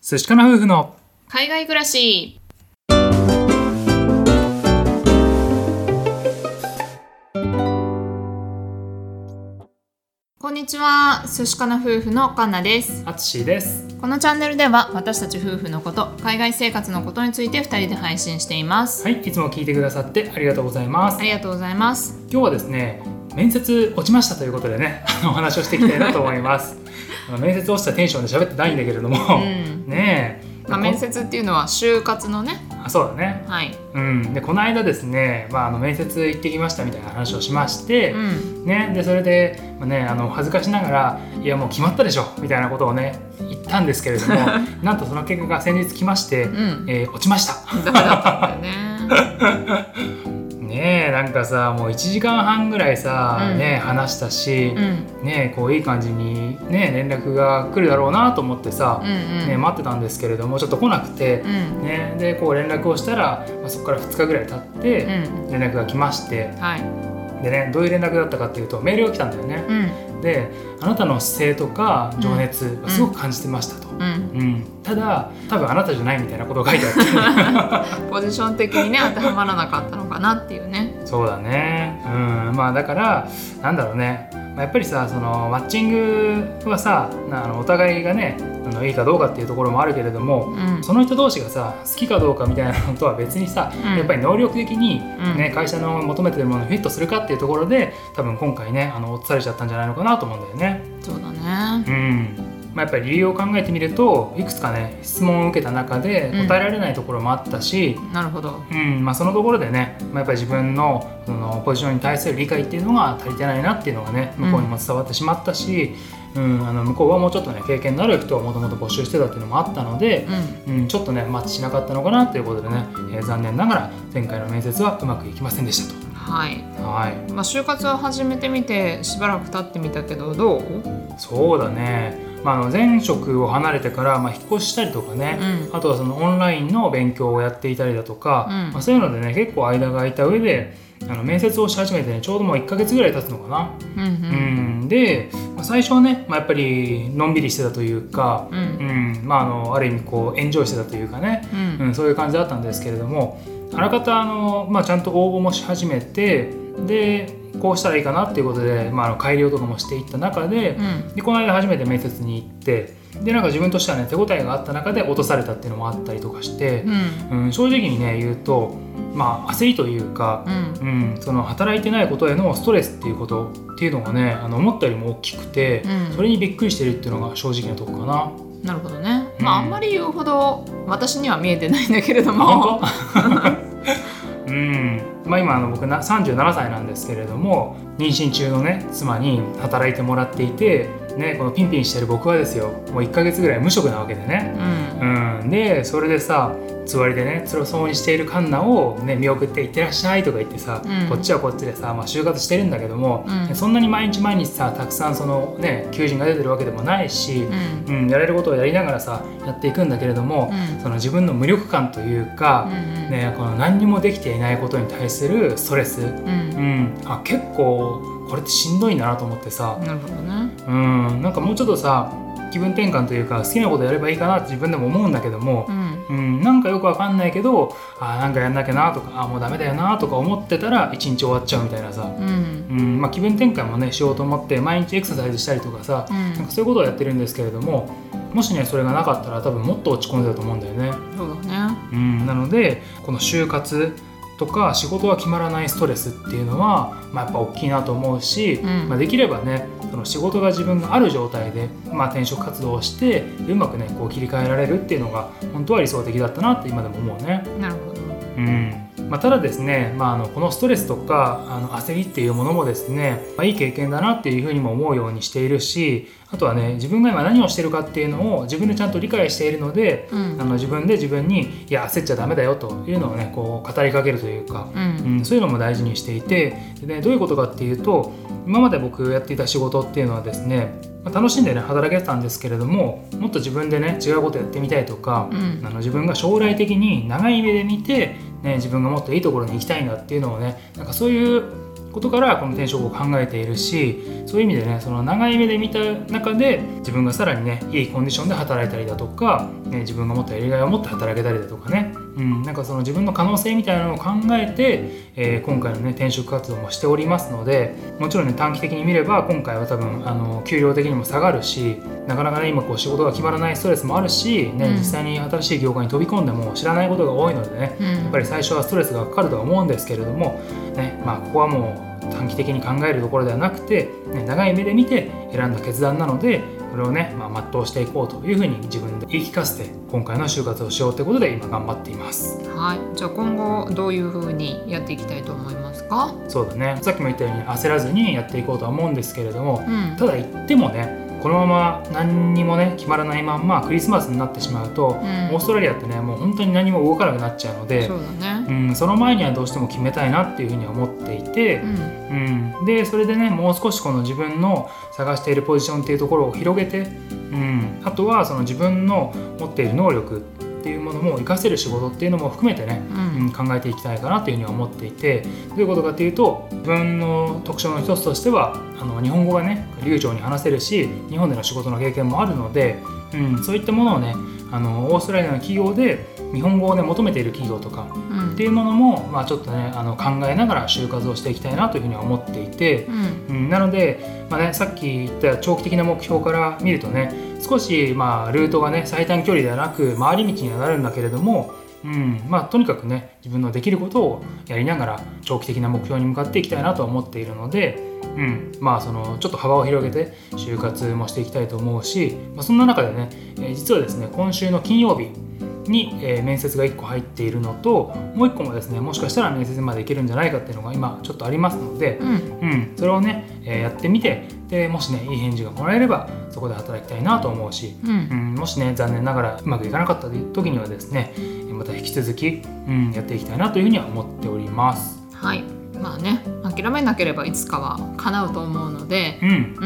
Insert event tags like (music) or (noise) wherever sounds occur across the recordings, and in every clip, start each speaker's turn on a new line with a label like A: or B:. A: 寿司かな夫婦の
B: 海外暮らしこんにちは寿司かな夫婦のカンナです
A: あつしです
B: このチャンネルでは私たち夫婦のこと海外生活のことについて2人で配信しています、
A: はいいつも聞いてくださってありがとうございます
B: ありがとうございます
A: 今日はですね面接落ちましたということでね (laughs) あのお話をしていきたいなと思います
B: (laughs)
A: あの面接落ちたテンションで喋ってないんだけれども、
B: ん
A: ねえ、
B: まあ、面接っていうのは就活のね
A: あそうだね
B: はい
A: うんでこの間ですね、まあ、あの面接行ってきましたみたいな話をしまして、
B: うん
A: ね、でそれで、まあね、あの恥ずかしながら「いやもう決まったでしょ」みたいなことをね言ったんですけれど
B: (laughs)
A: もなんとその結果が先日来まして、
B: うん
A: えー落ちました
B: ダメだったんだよね
A: ねえなんかさもう1時間半ぐらいさ、
B: うん
A: ねえ話したし
B: うん、
A: ねえこういい感じに、ねえ、連絡が来るだろうなと思ってさ、
B: うんうん
A: ねえ、待ってたんですけれどもちょっと来なくて
B: う、ん
A: ねえ、でこう連絡をしたら、まあ、そこから2日ぐらい経って、
B: う
A: 連絡が来まして
B: んはい
A: でねどういう連絡だったかっていうとメールが来たんだよね
B: う、ん
A: であなたの姿勢とか情熱はすごく感じてましたと、
B: うん
A: うんただ多分あなたじゃないみたいなことが書いてあっ
B: ポジション的にね当てはまらなかったのかなっていうね
A: てそうだねうんまあだからなんだろうねまあやっぱりさそのマッチングはさなあのお互いがねあのいいかどうかっていうところもあるけれども
B: うん
A: その人同士がさ好きかどうかみたいなのとは別にさ、
B: うん
A: やっぱり能力的に、
B: うん
A: ね会社の求めてるものにフィットするかっていうところで多分今回ねあの落とされちゃったんじゃないのかなと思うんだよね。
B: そうだね
A: うんまあ、やっぱり理由を考えてみるといくつかね質問を受けた中で
B: うん
A: 答えられないところもあったし、
B: なるほど
A: うんまあ、そのところでね、まあ、やっぱり自分のそのポジションに対する理解っていうのが足りてないなっていうのがね向こうにも伝わってしまったし、うんあの向こうはもうちょっとね経験のある人をもともと募集してたっていうのもあったので
B: う、ん
A: うんちょっとねマッチしなかったのかなということでね、えー残念ながら前回の面接はうまくいきませんでした
B: はい
A: と。はい
B: まあ就活を始めてみてしばらく経ってみたけどどう
A: そうだね、まあ、あの前職を離れてから、まあ、引っ越ししたりとかね、
B: う
A: あとはそのオンラインの勉強をやっていたりだとか、
B: うん
A: まあ、そういうのでね結構間が空いた上であの面接をし始めてねちょうどもう1ヶ月ぐらい経つのかな、
B: うんう
A: うんんで、まあ、最初はね、まあ、やっぱりのんびりしてたというか、
B: うん
A: うんまあ、あのある意味こうエンジョイしてたというかね、
B: うん
A: うん、そういう感じだったんですけれどもあらかたあの、まあ、ちゃんと応募もし始めてでこうしたらいいかなっていうことで、まあ、あの改良とかもしていった中で、
B: うん
A: でこの間初めて面接に行ってでなんか自分としてはね手応えがあった中で落とされたっていうのもあったりとかして
B: う、ん
A: うん、正直にね言うとまあ焦りというか、
B: うん
A: うん、その働いてないことへのストレスっていうことっていうのがねあの思ったよりも大きくて、
B: うん
A: それにびっくりしてるっていうのが正直なとこかな。
B: なるほどね
A: うん
B: まああんまり言うほど私には見えてないんだけれ
A: あ
B: ども
A: 本当 (laughs) うんまあ、今あの僕な37歳なんですけれども妊娠中のね妻に働いてもらっていて、ね、このピンピンしてる僕はですよもう1ヶ月ぐらい無職なわけでね、
B: うん
A: うん、でそれでさつわりでね辛そうにしているカンナを、ね、見送って「いってらっしゃい」とか言ってさ、
B: うん
A: こっちはこっちでさ、まあ、就活してるんだけども、
B: うん
A: そんなに毎日毎日さたくさんその、ね、求人が出てるわけでもないし、
B: うん
A: うんやれることをやりながらさやっていくんだけれども、
B: うん
A: その自分の無力感というか、
B: うん
A: ね、この何にもできていないことに対するストレス、
B: う
A: うんん、あ結構これってしんどいなと思ってさ、
B: なるほどね
A: うん、なんかもうちょっとさ気分転換というか好きなことやればいいかなって自分でも思うんだけども
B: う、ん
A: うん、なんかよくわかんないけどあなんかやんなきゃなとかあもうダメだよなとか思ってたら一日終わっちゃうみたいなさ、
B: うん
A: うんまあ、気分転換もねしようと思って毎日エクササイズしたりとかさ、
B: う
A: なん
B: ん
A: かそういうことをやってるんですけれどももしねそれがなかったら多分もっと落ち込んでたと思うんだよね。
B: そうだね
A: うん、なのでこの就活とか仕事が決まらないストレスっていうのは、まあ、やっぱ大きいなと思うし、
B: うん
A: まあ、できればねその仕事が自分がある状態で、まあ、転職活動をしてうまくねこう切り替えられるっていうのが本当は理想的だったなって今でも思うね。
B: なるほど
A: うんまあ、ただですね、まあ、あのこのストレスとかあの焦りっていうものもですね、まあ、いい経験だなっていうふうにも思うようにしているしあとはね自分が今何をしてるかっていうのを自分でちゃんと理解しているので
B: うん
A: あの自分で自分に「いや焦っちゃダメだよ」というのをねこう語りかけるというか、
B: う
A: うんん、そういうのも大事にしていてで、ね、どういうことかっていうと今まで僕やっていた仕事っていうのはですねまあ楽しんでね働けてたんですけれどももっと自分でね違うことやってみたいとか、
B: うん
A: あの自分が将来的に長い目で見て、ね、自分がもっといいところに行きたいんだっていうのをねなんかそういうことからこの転職を考えているしそういう意味でねその長い目で見た中で自分がさらにねいいコンディションで働いたりだとか、ね、自分が持ったやりがいを持って働けたりだとかね、うん、なんかその自分の可能性みたいなのを考えて、えー今回のね転職活動もしておりますのでもちろんね短期的に見れば今回は多分あの給料的にも下がるしなかなかね今こう仕事が決まらないストレスもあるし、ね
B: うん
A: 実際に新しい業界に飛び込んでも知らないことが多いのでね
B: うん
A: やっぱり最初はストレスがかかるとは思うんですけれども、ねまあ、ここはもう短期的に考えるところではなくて、ね、長い目で見て選んだ決断なのでこれをね、まあ、全うしていこうというふうに自分で言い聞かせて今回の就活をしようということで今頑張っています
B: はい、じゃあ今後どういうふうにやっていきたいと思いますか、
A: そうだねさっきも言ったように焦らずにやっていこうとは思うんですけれども
B: うん
A: ただ言ってもねこのまま何にもね決まらないまんまクリスマスになってしまうと、
B: ん
A: オーストラリアってねもう本当に何も動かなくなっちゃうので
B: そうだね、
A: うん、その前にはどうしても決めたいなっていうふうには思っていて
B: う、ん
A: うん、でそれでねもう少しこの自分の探しているポジションっていうところを広げて、うん、あとはその自分の持っている能力っていうものも活かせる仕事っていうのも含めてね、
B: う
A: うんん、考えていきたいかなというふうには思っていてどういうことかっていうと自分の特徴の一つとしてはあの日本語がね流暢に話せるし日本での仕事の経験もあるので、うん、そういったものをねあのオーストラリアの企業で日本語をね求めている企業とか
B: うん
A: っていうものも、まあ、ちょっとねあの考えながら就活をしていきたいなというふうには思っていて、
B: うん
A: うん、なので、まあね、さっき言った長期的な目標から見るとね少し、まあ、ルートがね最短距離ではなく回り道にはなるんだけれども、うんまあ、とにかくね自分のできることをやりながら長期的な目標に向かっていきたいなとは思っているので、うんまあ、そのちょっと幅を広げて就活もしていきたいと思うし、まあ、そんな中でね、えー実はですね今週の金曜日に、えー面接が1個入っているのともう1個もですねもしかしたら面接までいけるんじゃないかっていうのが今ちょっとありますので、
B: うん
A: うん、それをね、えーやってみてでもしねいい返事がもらえればそこで働きたいなと思うし、
B: う
A: うんん、もしね残念ながらうまくいかなかった時にはですねえーまた引き続き、うん、やっていきたいなというふうには思っております。
B: はいまあね諦めなければいつかは叶うと思うので
A: うん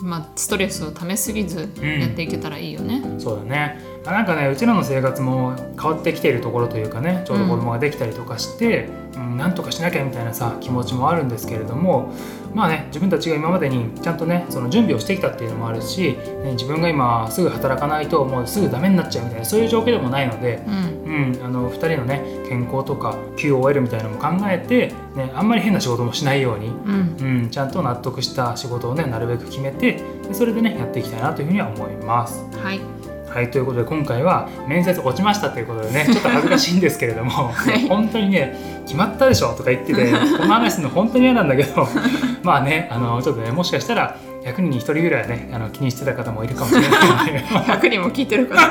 B: うんまあストレスをためすぎず
A: うん
B: やっていけたらいいよね
A: そうだねまあなんかねうちらの生活も変わってきているところというかねちょうど子供ができたりとかして、うんなんとかしなきゃみたいなさ気持ちもあるんですけれどもまあね自分たちが今までにちゃんとねその準備をしてきたっていうのもあるし、ね、自分が今すぐ働かないともうすぐダメになっちゃうみたいなそういう状況でもないので。
B: うん
A: うん、あの2人のね健康とか QOL みたいなのも考えて、ね、あんまり変な仕事もしないように、
B: うん
A: うん、ちゃんと納得した仕事をねなるべく決めてでそれでねやっていきたいなというふうには思います。
B: はい
A: はいということで今回は面接落ちましたということでねちょっと恥ずかしいんですけれども、
B: い
A: 本当にね決まったでしょとか言っててこの話するの本当に嫌なんだけど (laughs) まあねあのちょっとねもしかしたら100人に1人ぐらいはねあの気にしてた方もいるかもしれないので、
B: 100人も聞いて
A: (laughs)
B: るから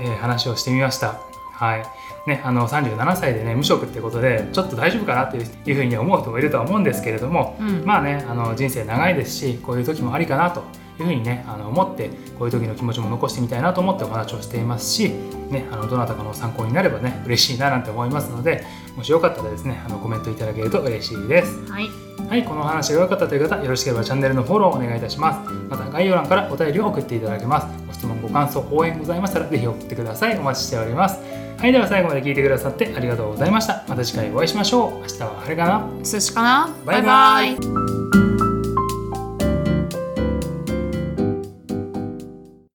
A: えー話をしてみました。はいね、あの37歳でね無職ってことでちょっと大丈夫かなっていういうふうに思う人もいるとは思うんですけれども、
B: うん
A: まあねあの人生長いですしこういう時もありかなというふうにねあの思ってこういう時の気持ちも残してみたいなと思ってお話をしていますし、ね、あのどなたかの参考になればね嬉しいななんて思いますのでもしよかったらですねあのコメントいただけると嬉しいです
B: はい
A: はいこのお話が良かったという方よろしければチャンネルのフォローをお願いいたしますまた概要欄からお便りを送っていただけますご質問ご感想応援ございましたらぜひ送ってくださいお待ちしておりますはいでは最後まで聞いてくださってありがとうございましたまた次回お会いしましょう明日は晴れかな
B: 寿司かな
A: バイバイ
B: バイバイ